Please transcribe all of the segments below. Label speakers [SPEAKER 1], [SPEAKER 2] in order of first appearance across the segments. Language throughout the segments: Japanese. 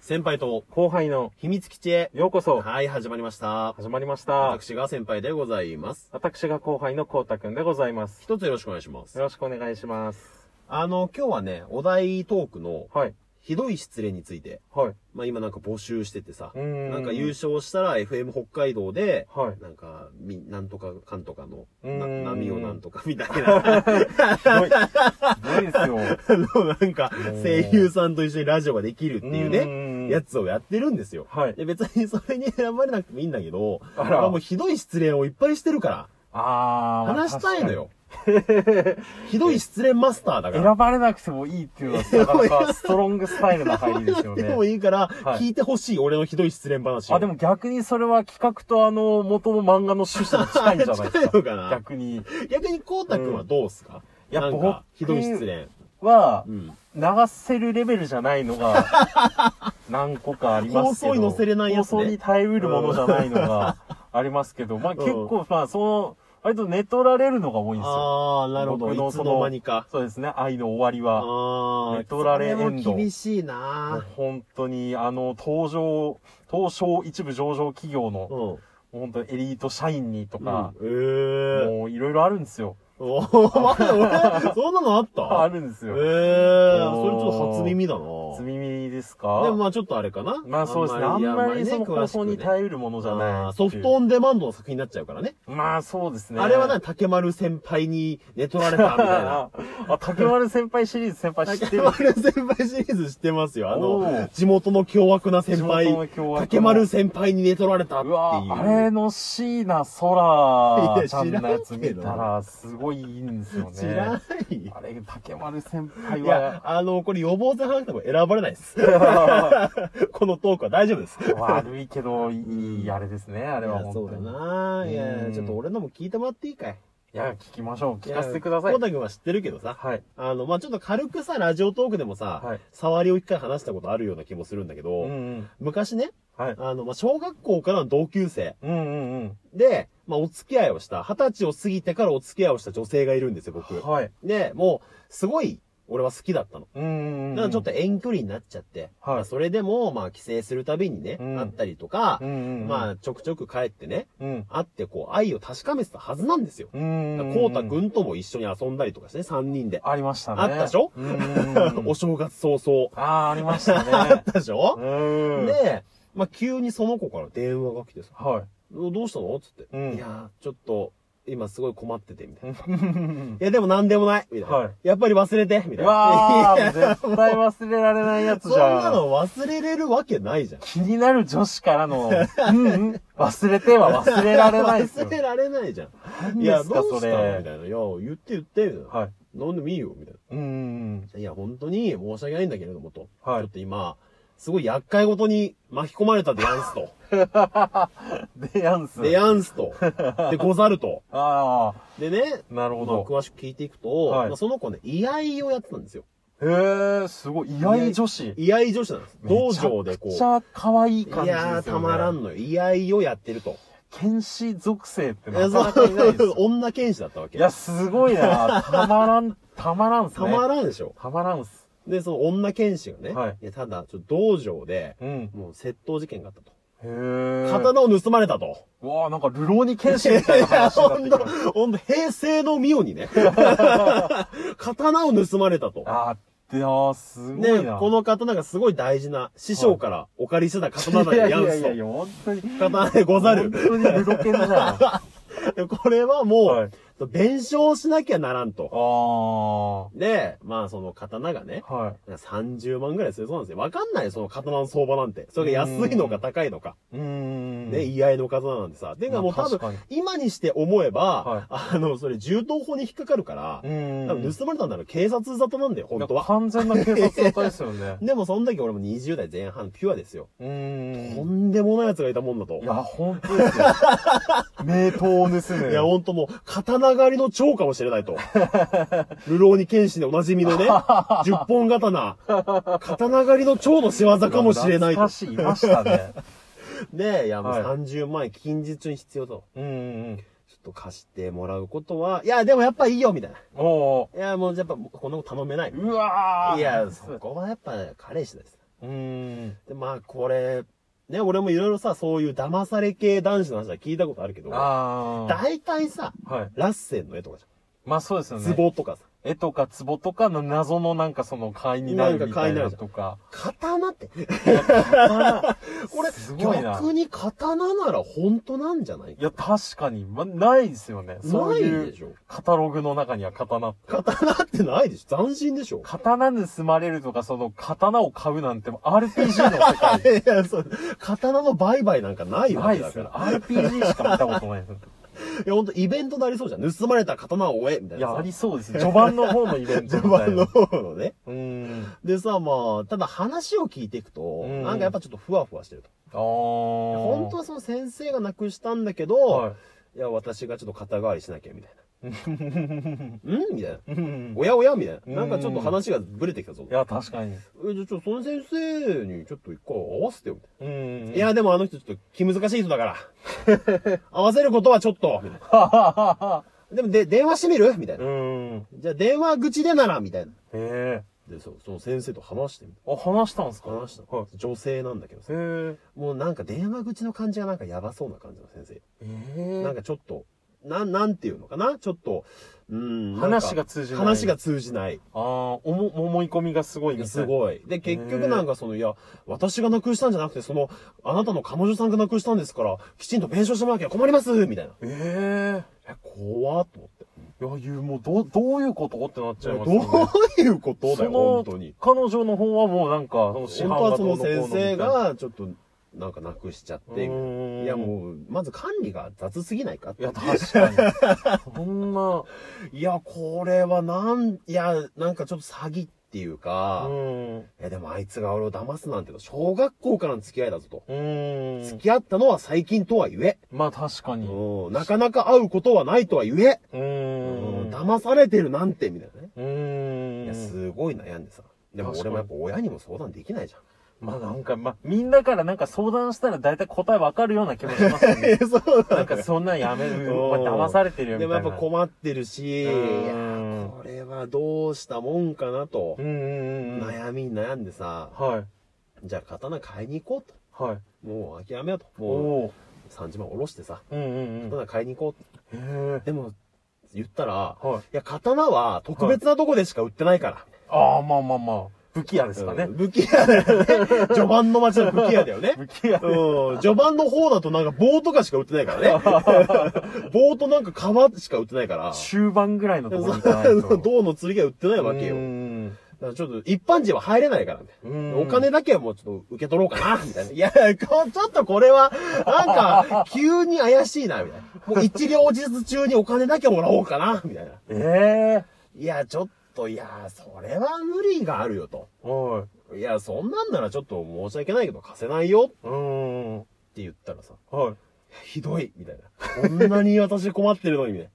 [SPEAKER 1] 先輩と
[SPEAKER 2] 後輩の
[SPEAKER 1] 秘密基地へ。
[SPEAKER 2] ようこそ
[SPEAKER 1] はい、始まりました。
[SPEAKER 2] 始まりました。
[SPEAKER 1] 私が先輩でございます。
[SPEAKER 2] 私が後輩のこうたくんでございます。
[SPEAKER 1] 一つよろしくお願いしま
[SPEAKER 2] よ
[SPEAKER 1] す。
[SPEAKER 2] ろしくお願いします。
[SPEAKER 1] あの、今日はね、お題トークの
[SPEAKER 2] はい。
[SPEAKER 1] ひどい失礼について、
[SPEAKER 2] はい。
[SPEAKER 1] まあ今なんか募集しててさ、
[SPEAKER 2] うーん
[SPEAKER 1] なんか優勝したら FM 北海道で、
[SPEAKER 2] はい。
[SPEAKER 1] なんか、み、なんとかかんとかの、
[SPEAKER 2] うーん
[SPEAKER 1] な波をなんとかみたいな、
[SPEAKER 2] すごい。すごいですよ。
[SPEAKER 1] あの、なんか、
[SPEAKER 2] ー
[SPEAKER 1] 声優さんと一緒にラジオができるっていう
[SPEAKER 2] う
[SPEAKER 1] ね、
[SPEAKER 2] ーん
[SPEAKER 1] やつをやってるんですよ。
[SPEAKER 2] はい。
[SPEAKER 1] で別にそれに選ばれなくてもいいんだけど、
[SPEAKER 2] あら
[SPEAKER 1] 俺はもうひどい失礼をいっぱいしてるから、
[SPEAKER 3] あー。
[SPEAKER 1] 話したいのよ。ひどい失恋マスターだか
[SPEAKER 3] 確かに。
[SPEAKER 1] ら。
[SPEAKER 3] 選ばれなくてもいいっていうのは、なかなかストロングスタイルな入りですよ
[SPEAKER 1] でも
[SPEAKER 3] ね。
[SPEAKER 1] いいから、
[SPEAKER 3] はい
[SPEAKER 1] 聞いてほしい、俺のひどい失恋話を。
[SPEAKER 3] あ、でも逆にそれは企画とあの、元の漫画の趣旨に近いんじゃ ないで
[SPEAKER 1] 近い
[SPEAKER 3] す
[SPEAKER 1] の
[SPEAKER 3] か。
[SPEAKER 1] かな
[SPEAKER 3] 逆に。
[SPEAKER 1] 逆に、こうたくんはどうすか、
[SPEAKER 3] うんいや
[SPEAKER 1] なんか、ひどい失恋。
[SPEAKER 3] は、
[SPEAKER 1] うん。
[SPEAKER 3] 流せるレベルじゃないの が、何個かありますけど。
[SPEAKER 1] 放送に載せれないやつね
[SPEAKER 3] 放送に耐えうるものじゃない のがありますけど、まあ結構、まあその、割と寝取られるのが多いんですよ。
[SPEAKER 1] あー、なるほど。
[SPEAKER 3] 僕
[SPEAKER 1] い
[SPEAKER 3] の
[SPEAKER 1] つ
[SPEAKER 3] その
[SPEAKER 1] の間にか。
[SPEAKER 3] そうですね、愛の終わりは。
[SPEAKER 1] あー、
[SPEAKER 3] メトラレエンド
[SPEAKER 1] それも厳しい
[SPEAKER 3] もう
[SPEAKER 1] な
[SPEAKER 3] 本当に、あの、登場、東証一部上場企
[SPEAKER 1] う
[SPEAKER 3] 業の、
[SPEAKER 1] ん。
[SPEAKER 3] もう本当にエリート社員にとか、
[SPEAKER 1] うん、えー。
[SPEAKER 3] もういろいろあるんですよ。
[SPEAKER 1] おー、まだ俺、そんなのあっ た
[SPEAKER 3] あるんです
[SPEAKER 1] え
[SPEAKER 3] よ。
[SPEAKER 1] ー、
[SPEAKER 3] おー
[SPEAKER 1] それちょっと初耳だな
[SPEAKER 3] 積み耳ですか
[SPEAKER 1] でもまあちょっとあれかな
[SPEAKER 3] まあそうですね。あんまりその放送に
[SPEAKER 1] え
[SPEAKER 3] 耐えうるものじゃない。
[SPEAKER 1] ソフトオ。ンデマンドの作品になっちゃうからね。
[SPEAKER 3] まあそうですね。
[SPEAKER 1] あれはな、竹丸先輩に寝取られたみたいな。
[SPEAKER 3] あ、竹丸先輩シリーズ先輩知って
[SPEAKER 1] 竹丸
[SPEAKER 3] る
[SPEAKER 1] 先輩シリーズ知ってますよ。あ
[SPEAKER 3] お
[SPEAKER 1] の、
[SPEAKER 3] ー
[SPEAKER 1] 地元の凶悪な先輩
[SPEAKER 3] 地元の凶悪、な
[SPEAKER 1] 竹丸先輩に寝取られたっていうう。
[SPEAKER 3] わあれの椎名
[SPEAKER 1] い
[SPEAKER 3] 空
[SPEAKER 1] や
[SPEAKER 3] ちゃんのやつ
[SPEAKER 1] 知らんけ
[SPEAKER 3] 見
[SPEAKER 1] ど
[SPEAKER 3] たら、すごいいいんですよね。
[SPEAKER 1] 知らない。
[SPEAKER 3] あれ、竹丸先輩
[SPEAKER 1] い
[SPEAKER 3] は
[SPEAKER 1] や、、あの、これ予防線話しても選ばれないです。 このトークは大丈夫です。
[SPEAKER 3] 悪いけど、いい、あれですね、あれはい
[SPEAKER 1] や
[SPEAKER 3] 本
[SPEAKER 1] そう
[SPEAKER 3] 当
[SPEAKER 1] だ
[SPEAKER 3] に。い
[SPEAKER 1] ないうや、
[SPEAKER 3] ん
[SPEAKER 1] ちょっと俺のも聞いてもらっていいかい
[SPEAKER 3] や、聞きましょう。聞かせてください
[SPEAKER 1] コ。タ君は知ってるけどさ。
[SPEAKER 3] はい。
[SPEAKER 1] あの、まあ、ちょっと軽くさ、ラジオトークでもさ、
[SPEAKER 3] はい
[SPEAKER 1] 触りを一回話したことあるような気もするんだけど、
[SPEAKER 3] うんうん。
[SPEAKER 1] 昔ね、
[SPEAKER 3] はい。
[SPEAKER 1] あの、まあ、小学校からの同級生
[SPEAKER 3] うんうん
[SPEAKER 1] で、まあ、お付き合いをした、二十歳を過ぎてからお付き合いをした女性がいるんですよ、
[SPEAKER 3] うん。
[SPEAKER 1] 僕。
[SPEAKER 3] はい。
[SPEAKER 1] で、もう、すごい、俺は好きだったの。
[SPEAKER 3] うんうんうん。
[SPEAKER 1] だからちょっと、遠距離になっちゃって、
[SPEAKER 3] はい
[SPEAKER 1] まあそれでも、まあ、帰省するたびにね、
[SPEAKER 3] うん
[SPEAKER 1] 会ったりとか
[SPEAKER 3] う、んうん。
[SPEAKER 1] ま
[SPEAKER 3] あ、
[SPEAKER 1] あ、ちょくちょく帰ってね、
[SPEAKER 3] うん。
[SPEAKER 1] 会ってこう、愛を確かめてたはずなんですよ。
[SPEAKER 3] うんうん。
[SPEAKER 1] こうたくんとも一緒に遊んだりとかしてね、三人で。
[SPEAKER 3] ありましたね。
[SPEAKER 1] あったでしょ
[SPEAKER 3] うんうんうん
[SPEAKER 1] お正月早々。
[SPEAKER 3] ああ、ありました
[SPEAKER 1] あっ
[SPEAKER 3] ね。
[SPEAKER 1] たでしょ、
[SPEAKER 3] うん。、
[SPEAKER 1] で、まあ、急にその子から電話が来てさ、
[SPEAKER 3] はい。
[SPEAKER 1] どどうしたのつって、
[SPEAKER 3] うん
[SPEAKER 1] いやー、ちょっと、今すごい困ってて、みたいな。い
[SPEAKER 3] うん
[SPEAKER 1] や、でもなんでもないみたいな、
[SPEAKER 3] はい
[SPEAKER 1] やっぱり忘れてみたいうな。
[SPEAKER 3] わ
[SPEAKER 1] いや
[SPEAKER 3] ー、絶対忘れられないや
[SPEAKER 1] そ
[SPEAKER 3] つじ
[SPEAKER 1] んな
[SPEAKER 3] ゃん。
[SPEAKER 1] の忘れれるわけないじゃん。
[SPEAKER 3] 気になる女子からの、うんうん、忘れては忘れられないです よ
[SPEAKER 1] 忘。れられないじゃん。
[SPEAKER 3] 何
[SPEAKER 1] いや、
[SPEAKER 3] です
[SPEAKER 1] ど
[SPEAKER 3] か、
[SPEAKER 1] う
[SPEAKER 3] そ
[SPEAKER 1] したのみ
[SPEAKER 3] れ。
[SPEAKER 1] たいな。いや、言って言って、みたいな。
[SPEAKER 3] はい。
[SPEAKER 1] 飲んでもいいよ、みたい
[SPEAKER 3] うんうんうん。
[SPEAKER 1] な。いや、本当に申し訳ないんだけれども、と。
[SPEAKER 3] はい
[SPEAKER 1] ちょっと今、すごい厄介ごとに巻き込まれたでやんすと。
[SPEAKER 3] でやんす。
[SPEAKER 1] でやんすと。でござると。
[SPEAKER 3] あ
[SPEAKER 1] でね、
[SPEAKER 3] あ、なるほ
[SPEAKER 1] まあ、
[SPEAKER 3] ど。
[SPEAKER 1] 詳しく聞いていくと、
[SPEAKER 3] はい
[SPEAKER 1] まあ、その子ね、居合をやってたんですよ。
[SPEAKER 3] へえ、すごい。居合女子。
[SPEAKER 1] 居合女子なんです。道場でこ
[SPEAKER 3] め
[SPEAKER 1] う。
[SPEAKER 3] ちゃくちゃ可愛い
[SPEAKER 1] い
[SPEAKER 3] 感じですよ、ね。
[SPEAKER 1] やー、たまら
[SPEAKER 3] ん。
[SPEAKER 1] んのよ。居合をやってると。
[SPEAKER 3] 剣士属性って
[SPEAKER 1] い
[SPEAKER 3] な
[SPEAKER 1] や
[SPEAKER 3] か
[SPEAKER 1] そ
[SPEAKER 3] なかいないです
[SPEAKER 1] う
[SPEAKER 3] よ。
[SPEAKER 1] 女剣士だったわけ。
[SPEAKER 3] いや、すごいな。たまらん、たまらんっす
[SPEAKER 1] た
[SPEAKER 3] ね。
[SPEAKER 1] まらんでしょ。
[SPEAKER 3] たまらんっす。
[SPEAKER 1] で、その女剣士がね、
[SPEAKER 3] はい
[SPEAKER 1] やただ、ちょっと道場で、
[SPEAKER 3] うん。
[SPEAKER 1] もう窃盗事件があったと。
[SPEAKER 3] へえ。
[SPEAKER 1] 刀を盗まれたと。
[SPEAKER 3] うわあ、なんか、流浪に剣士みたいな話になってきました。
[SPEAKER 1] ほんと、平成のミオにね、刀を盗まれたと。
[SPEAKER 3] あー、で、あー、すご
[SPEAKER 1] で、
[SPEAKER 3] いな。
[SPEAKER 1] この刀がすごい大事な、師匠からお借りしてた刀だよ、
[SPEAKER 3] い
[SPEAKER 1] や
[SPEAKER 3] や
[SPEAKER 1] ん
[SPEAKER 3] いやい
[SPEAKER 1] すと
[SPEAKER 3] やい。や、本当に。
[SPEAKER 1] 刀でござる。
[SPEAKER 3] 本当にルロケンじゃん。あ
[SPEAKER 1] でこれはもう、
[SPEAKER 3] はい
[SPEAKER 1] 弁償しなきゃならんと。
[SPEAKER 3] あ。
[SPEAKER 1] で、まあその刀がね、
[SPEAKER 3] は
[SPEAKER 1] 30万ぐらいするそうなんですよ。わかんない、その刀の相場なんて。それが安いのか高いのか。
[SPEAKER 3] い。うーん。
[SPEAKER 1] ね、居合の刀なんてさ。てかもう多
[SPEAKER 3] 確か
[SPEAKER 1] 分
[SPEAKER 3] に、
[SPEAKER 1] 今にして思えば、
[SPEAKER 3] はい
[SPEAKER 1] あの、それ銃刀法に引っかかるから
[SPEAKER 3] う、ーん。
[SPEAKER 1] 多分盗まれたんだろう、警察沙汰なんだよ、本当は。。
[SPEAKER 3] 完全な警察沙汰ですよね
[SPEAKER 1] でもその時俺も20代前半、ピュアですよ。
[SPEAKER 3] うー
[SPEAKER 1] と
[SPEAKER 3] ん。
[SPEAKER 1] んでもない奴がいたもんだと。
[SPEAKER 3] いや、本当ですよ。名刀を盗む。
[SPEAKER 1] いや、ほんともう、刀狩りの蝶かもしれ ないと。流浪に剣士でおなじみのね、十本刀。刀狩りの蝶の仕業かもしれない
[SPEAKER 3] 懐
[SPEAKER 1] と
[SPEAKER 3] か。しい、いましたね。
[SPEAKER 1] で、いや、もう
[SPEAKER 3] はい
[SPEAKER 1] 30万円近日中に必要と。
[SPEAKER 3] うんうん
[SPEAKER 1] ちょっと貸してもらうことは、いや、でもやっぱいいよ、みたいな。
[SPEAKER 3] うん。おー
[SPEAKER 1] いや、もうやっぱ、こんなこと頼めない。
[SPEAKER 3] うわー。
[SPEAKER 1] いや、そこはやっぱ、彼氏です。
[SPEAKER 3] うーん。
[SPEAKER 1] で、まあ、これ、ね、俺もいろいろさ、そういう騙され系男子の話は聞いたことあるけど、
[SPEAKER 3] ああ。
[SPEAKER 1] 大体さ、
[SPEAKER 3] はい。
[SPEAKER 1] ラッセンの絵とかじ
[SPEAKER 3] まあそうです
[SPEAKER 1] ゃ
[SPEAKER 3] よ
[SPEAKER 1] ん。
[SPEAKER 3] ね。
[SPEAKER 1] ツボとかさ。
[SPEAKER 3] 絵とか壺とかの謎のなんかその貝になるみたいなとか。
[SPEAKER 1] 刀って。 これ
[SPEAKER 3] す、ごいな
[SPEAKER 1] 逆に刀なら本当なんじゃない
[SPEAKER 3] いや、確かに、ま、ないですよね。そう
[SPEAKER 1] ない
[SPEAKER 3] い
[SPEAKER 1] でし
[SPEAKER 3] う、
[SPEAKER 1] ょ。
[SPEAKER 3] カタログの中には刀って。
[SPEAKER 1] 刀ってないでしょ。斬新でしょ。
[SPEAKER 3] 刀盗まれるとか、その、刀を買うなんて、RPG の世界。
[SPEAKER 1] いや、そう、刀の売買なんかないわ
[SPEAKER 3] な
[SPEAKER 1] け
[SPEAKER 3] いで
[SPEAKER 1] だ
[SPEAKER 3] す
[SPEAKER 1] か
[SPEAKER 3] よね。
[SPEAKER 1] ら。
[SPEAKER 3] RPG しか見たことないです。
[SPEAKER 1] いや、ほんとイベントでありそうじゃん。盗まれた刀を追えみたい
[SPEAKER 3] い
[SPEAKER 1] なさ。
[SPEAKER 3] や、ありそうですね。序盤の方のイベントみた
[SPEAKER 1] 序
[SPEAKER 3] いな。
[SPEAKER 1] 盤の方のね。
[SPEAKER 3] うーん。
[SPEAKER 1] でさ、まあ、ただ話を聞いていくと、
[SPEAKER 3] うん
[SPEAKER 1] なんかやっぱちょっとふわふわしてると。
[SPEAKER 3] あー。
[SPEAKER 1] 本当はその先生が亡くしたんだけど、、
[SPEAKER 3] はい
[SPEAKER 1] や、私がちょっと肩代わりしなきゃ、みたい な。うんみたいな。
[SPEAKER 3] い。うん。
[SPEAKER 1] おやおやみたい
[SPEAKER 3] うん
[SPEAKER 1] な。なんかちょっと話がぶれてきたぞ
[SPEAKER 3] い。や、確かに。
[SPEAKER 1] え、じゃあちょっとその先生にちょっと一回合わせてよ、みたい
[SPEAKER 3] うん。
[SPEAKER 1] な。い、や、でもあの人ちょっと気難しい人だから。 合わせることはちょっと、みたいな。
[SPEAKER 3] はははは。
[SPEAKER 1] でもで、電話してみるみたいうな。
[SPEAKER 3] ーん。
[SPEAKER 1] じゃあ電話口でなら、みたいな。
[SPEAKER 3] へえ。
[SPEAKER 1] で、そう、その先生と話してみ
[SPEAKER 3] あ、話したんです
[SPEAKER 1] た。
[SPEAKER 3] か
[SPEAKER 1] 話したの。
[SPEAKER 3] はい。
[SPEAKER 1] 女性なんだけどさ。
[SPEAKER 3] へえ。
[SPEAKER 1] もうなんか電話口の感じがなんかやばそうな感じの先生。
[SPEAKER 3] え
[SPEAKER 1] なんかちょっと、なん、なんていうのかなちょっと、うん。なんか
[SPEAKER 3] 話が通じない。
[SPEAKER 1] 話が。通じない。
[SPEAKER 3] ああ、おも、思い込みがすごいみたい。
[SPEAKER 1] す
[SPEAKER 3] い。
[SPEAKER 1] ごい。で、結局なんかその、いや、私がなくしたんじゃなくて、その、あなたの彼女さんがなくしたんですから、きちんと弁償してもらわなきゃ困りますみたいな。
[SPEAKER 3] ええ。
[SPEAKER 1] 怖っと思って。
[SPEAKER 3] いや、いう、もう、どう、どういうことってなっちゃいますよね。
[SPEAKER 1] どういうことだよ、
[SPEAKER 3] その
[SPEAKER 1] 本当に。
[SPEAKER 3] 彼女の方はもうなんか、その市
[SPEAKER 1] 本
[SPEAKER 3] 販
[SPEAKER 1] 当
[SPEAKER 3] が
[SPEAKER 1] は
[SPEAKER 3] ど
[SPEAKER 1] そうの
[SPEAKER 3] のこうの
[SPEAKER 1] 先
[SPEAKER 3] みた
[SPEAKER 1] 生
[SPEAKER 3] いな、
[SPEAKER 1] が、ちょっと、なんかなくしちゃって、みたいな
[SPEAKER 3] う
[SPEAKER 1] いや
[SPEAKER 3] ん
[SPEAKER 1] もう、まず管理が雑すぎないかって
[SPEAKER 3] いや、確 かに。そんな、
[SPEAKER 1] いや、これはなん、いや、なんかちょっと詐欺っていうか、
[SPEAKER 3] うん。う
[SPEAKER 1] え、でもあいつが俺を騙すなんての、小学校からの付き合いだぞと。
[SPEAKER 3] ー
[SPEAKER 1] 付
[SPEAKER 3] ん。
[SPEAKER 1] き合ったのは最近とは言え。
[SPEAKER 3] まあ確かに。う
[SPEAKER 1] うん、なかなか会うことはないとは言え。うん、
[SPEAKER 3] ーん。
[SPEAKER 1] 騙されてるなんて、みたいなね。
[SPEAKER 3] うーん。
[SPEAKER 1] いや、すごい悩んでさ。でも
[SPEAKER 3] 確
[SPEAKER 1] 俺
[SPEAKER 3] かに
[SPEAKER 1] もやっぱ親にも相談できないじゃ
[SPEAKER 3] まあなんか、まあ、みんなからなんか相談したら大体答えわかるような気もしますよ
[SPEAKER 1] ん。 え、。
[SPEAKER 3] ね
[SPEAKER 1] そう
[SPEAKER 3] なんか そんなんやめる。
[SPEAKER 1] うん
[SPEAKER 3] お前騙されてるよ
[SPEAKER 1] で
[SPEAKER 3] み
[SPEAKER 1] も
[SPEAKER 3] た
[SPEAKER 1] や
[SPEAKER 3] い
[SPEAKER 1] っぱ
[SPEAKER 3] な。
[SPEAKER 1] 困ってるし、いや
[SPEAKER 3] うん
[SPEAKER 1] ーこれはどうしたもんかなと
[SPEAKER 3] う、んうんうんうん。
[SPEAKER 1] 悩みに悩んでさ、
[SPEAKER 3] はい。
[SPEAKER 1] じゃあ刀買いに行こう
[SPEAKER 3] はい。
[SPEAKER 1] と。もう諦めようと。
[SPEAKER 3] お
[SPEAKER 1] もう
[SPEAKER 3] お
[SPEAKER 1] 30万下ろしてさ、
[SPEAKER 3] ー。うんうんうん。へ
[SPEAKER 1] 刀買いに行こう。
[SPEAKER 3] え。
[SPEAKER 1] でも、言ったら、
[SPEAKER 3] はい。
[SPEAKER 1] いや、刀は特別なとこでしか売ってないから。
[SPEAKER 3] ああ、まあまあまあ。武器屋ですか
[SPEAKER 1] う
[SPEAKER 3] ね
[SPEAKER 1] ん。武器屋だ よね。序盤の街の武器屋だよね。
[SPEAKER 3] 武器屋。
[SPEAKER 1] うん。序盤の方だとなんか棒とかしか売ってないから ね。棒となんか皮しか売ってないから。
[SPEAKER 3] 中盤ぐらいのところに行かない と。
[SPEAKER 1] 銅の釣りが売ってないわけよ。
[SPEAKER 3] う
[SPEAKER 1] だ
[SPEAKER 3] ん
[SPEAKER 1] からちょっと一般人は入れないからね。
[SPEAKER 3] うん
[SPEAKER 1] お金だけはもうちょっと受け取ろうかな、みたい な。いや、こちょっとこれは、なんか、急に怪しいな、みたいな。もう一両日中にお金だけもらおうかな、みたいな。
[SPEAKER 3] ええ
[SPEAKER 1] いや、ちょっと、いや、それは無理があるよと。
[SPEAKER 3] はい。
[SPEAKER 1] いや、そんなんならちょっと申し訳ないけど貸せないよ
[SPEAKER 3] うーん。
[SPEAKER 1] って言ったらさ、
[SPEAKER 3] はい。
[SPEAKER 1] ひどいみたいな。こんなに私困ってるのに、みたい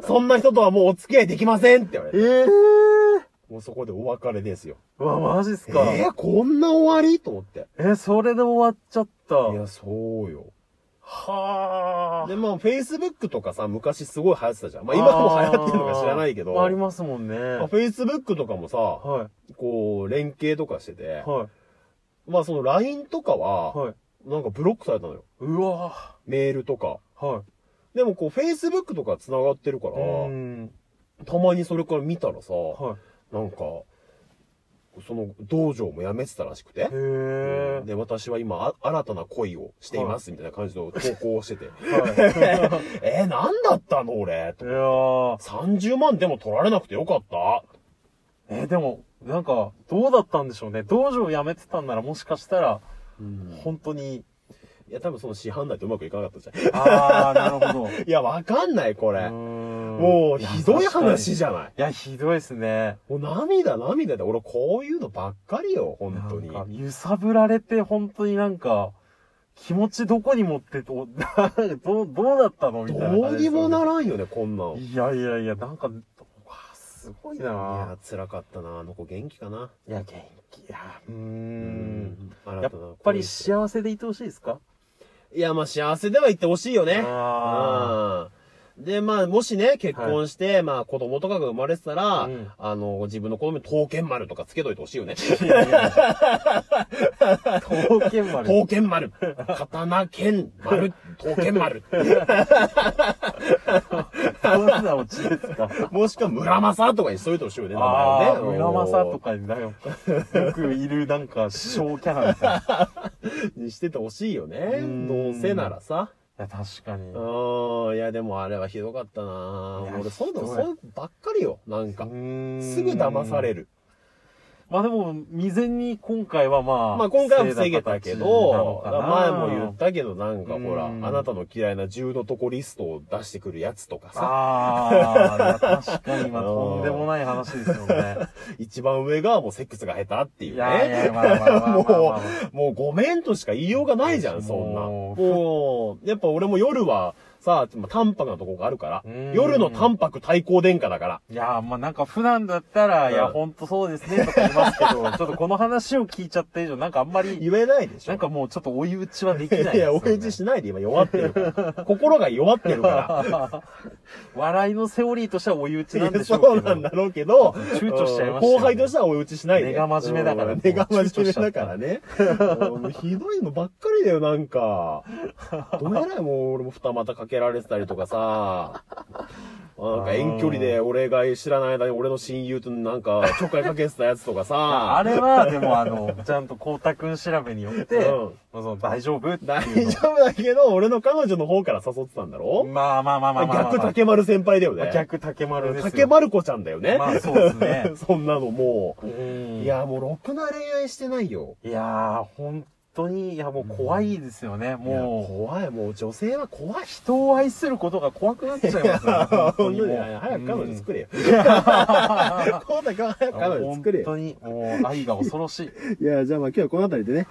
[SPEAKER 1] な。そんな人とはもうお付き合いできませんって言われ
[SPEAKER 3] ええ
[SPEAKER 1] て。もうそこでお別れですよ。
[SPEAKER 3] うわ、マジっす
[SPEAKER 1] え
[SPEAKER 3] か。
[SPEAKER 1] ー、こんな終わりと思って。
[SPEAKER 3] えそれで終わっちゃった。
[SPEAKER 1] いや、そうよ。
[SPEAKER 3] は
[SPEAKER 1] で、まあ、Facebook とかさ、昔すごい流行ってたじゃん。まあ、今も流行ってるのか知らないけど。
[SPEAKER 3] あーありますもんね。
[SPEAKER 1] まあ
[SPEAKER 3] は
[SPEAKER 1] Facebook とかもさ、
[SPEAKER 3] い。
[SPEAKER 1] こう、連携とかしてて、
[SPEAKER 3] はい。
[SPEAKER 1] まあ、その LINE とかは、
[SPEAKER 3] はい。
[SPEAKER 1] なんかブロックされたのよ。
[SPEAKER 3] うわ
[SPEAKER 1] メールとか。
[SPEAKER 3] ーはい。
[SPEAKER 1] でもこう、Facebook とか繋がってるから
[SPEAKER 3] う、ーん。
[SPEAKER 1] たまにそれから見たらさ、
[SPEAKER 3] はい。
[SPEAKER 1] なんか、その道場も辞めてたらしくて
[SPEAKER 3] へ、え。
[SPEAKER 1] で、私は今、あ新たな恋をしています、みたいな感じの投稿をしてて、
[SPEAKER 3] はい。
[SPEAKER 1] えー、なんだったの俺
[SPEAKER 3] い
[SPEAKER 1] と
[SPEAKER 3] やー。
[SPEAKER 1] 30万でも取られなくてよかった
[SPEAKER 3] えーでも、なんか、どうだったんでしょうね。道場を辞めてたんならもしかしたら、本当に。
[SPEAKER 1] いや、多分その市販内とうまくいかなかったじゃん。
[SPEAKER 3] ああ、なる ほど。
[SPEAKER 1] いや、わかん ない、これ。
[SPEAKER 3] も
[SPEAKER 1] もう、ひどい話じゃない。
[SPEAKER 3] いや、ひどいですね。
[SPEAKER 1] もう涙涙で、俺こういうのばっかりよ、本当に。
[SPEAKER 3] なんか揺さぶられて、本当になんか、気持ちどこに持ってと、 どう、どうだったのみたいな
[SPEAKER 1] ど
[SPEAKER 3] 感
[SPEAKER 1] う
[SPEAKER 3] じです
[SPEAKER 1] に
[SPEAKER 3] よね
[SPEAKER 1] もならんよね、こんなん。い
[SPEAKER 3] いやいやいや、なんか、うわすごいな
[SPEAKER 1] や、辛かったな、あの子元気かな。
[SPEAKER 3] いや、元気。いや、うー。。
[SPEAKER 1] うん
[SPEAKER 3] や
[SPEAKER 1] や
[SPEAKER 3] っぱり幸せでいてほしいですか
[SPEAKER 1] いや、まあ幸せでは言ってほしいよね。
[SPEAKER 3] あ
[SPEAKER 1] で、まあ、もしね、結婚して、まあ、子供とかが生まれてたら、
[SPEAKER 2] うん
[SPEAKER 1] あの、自分の子供に刀剣丸とかつけといてほしいよね。
[SPEAKER 3] いやいや。刀剣丸。
[SPEAKER 1] 刀剣丸、刀剣丸、刀剣丸、
[SPEAKER 3] どんなオチですか
[SPEAKER 1] もしくは村正とかにしといてほしいよね、名前
[SPEAKER 3] ああ、
[SPEAKER 1] をね。
[SPEAKER 3] 村正とかにな んか、よくいるなんか、師匠キャラみたいな。い
[SPEAKER 1] にしててほしいよね
[SPEAKER 3] う。ん
[SPEAKER 1] どうせならさ。
[SPEAKER 3] や、確かに。
[SPEAKER 1] うん、いやでもあれはひどかったない
[SPEAKER 3] や
[SPEAKER 1] 俺そういうの、
[SPEAKER 3] ひ
[SPEAKER 1] そ
[SPEAKER 3] ど
[SPEAKER 1] う
[SPEAKER 3] い
[SPEAKER 1] いうのばっかりよ。なんか。す
[SPEAKER 3] す
[SPEAKER 1] ぐ騙され
[SPEAKER 3] る。
[SPEAKER 1] る。
[SPEAKER 3] まあでも、未然に今回はまあ、
[SPEAKER 1] まあ今回は防げたけど、
[SPEAKER 3] 防いだ形
[SPEAKER 1] 前
[SPEAKER 3] なの
[SPEAKER 1] も
[SPEAKER 3] かな
[SPEAKER 1] 言ったけどなんかほら、あ
[SPEAKER 3] うん
[SPEAKER 1] なたの嫌いな10のとこリストを出してくるやつとかさ、
[SPEAKER 3] ああ、確 かに今とんでもない話ですよね。
[SPEAKER 1] 一番上がもうセックスが下手っていう
[SPEAKER 3] い
[SPEAKER 1] ね。
[SPEAKER 3] やいや、まあまあまあまあま あ
[SPEAKER 1] もう、もうごめんとしか言いようがないじゃん、そんな。
[SPEAKER 3] もう
[SPEAKER 1] もう、やっぱ俺も夜は、さ、まあ淡白なとこがあるから
[SPEAKER 3] うん、
[SPEAKER 1] 夜の淡白対抗殿下だから。
[SPEAKER 3] いや、まあなんか普段だったら、いや、
[SPEAKER 1] うん
[SPEAKER 3] ほんとそうですね、とか言います けど、ちょっとこの話を聞いちゃった以上、なんかあんまり、
[SPEAKER 1] 言えないでしょ。
[SPEAKER 3] なんかもうちょっと追い打ちはできないですよ、ね。
[SPEAKER 1] いや、お返事 しないで今弱ってるから。心が弱ってるから。
[SPEAKER 3] 笑いのセオリーとしては追い打ちなんでしょうけ
[SPEAKER 1] そ
[SPEAKER 3] ど。
[SPEAKER 1] うなんだろうけど、
[SPEAKER 3] 躊躇しちゃいましたよね
[SPEAKER 1] 後輩としては追い打ちしないで。
[SPEAKER 3] 根が真面目だから
[SPEAKER 1] うん根が真面目だからね。うんひどいのばっかりだよ、なんか。どうやらいもう俺も二股かけられてたりとかさ。なんか遠距離で俺が知らない間に俺の親友となんかちょっかいかけてたやつとか
[SPEAKER 3] あ
[SPEAKER 1] さ。
[SPEAKER 3] れは、でもあの、ちゃんと光太くん調べによって、
[SPEAKER 1] うん
[SPEAKER 3] まあその大丈夫って
[SPEAKER 1] 大
[SPEAKER 3] いうの
[SPEAKER 1] 丈夫だけど、俺の彼女の方から誘ってたんだろ
[SPEAKER 3] まあまあまあまあまあまあ、まあ。
[SPEAKER 1] 逆竹丸先輩だよね。
[SPEAKER 3] 逆竹丸ですよ。
[SPEAKER 1] 竹丸子ちゃんだよね。。
[SPEAKER 3] まあそうですね
[SPEAKER 1] そんなのも
[SPEAKER 3] う
[SPEAKER 1] う。
[SPEAKER 3] ん
[SPEAKER 1] い、や、もうろくな恋愛してないよ。
[SPEAKER 3] いやー、本当に、いやもう怖いですよね。
[SPEAKER 1] もう
[SPEAKER 3] もう、
[SPEAKER 1] 怖い、もう女性は怖い。
[SPEAKER 3] 人を愛することが怖くなっちゃいますよね。本当
[SPEAKER 1] 本
[SPEAKER 3] に
[SPEAKER 1] 当
[SPEAKER 3] も
[SPEAKER 1] に、
[SPEAKER 3] う
[SPEAKER 1] 早く彼女作れ よ。こうだから早く彼女
[SPEAKER 3] 本
[SPEAKER 1] 作れよ
[SPEAKER 3] 当。に、もう愛が恐ろしい。
[SPEAKER 1] いや、じゃあまあ今日はこの辺りでね。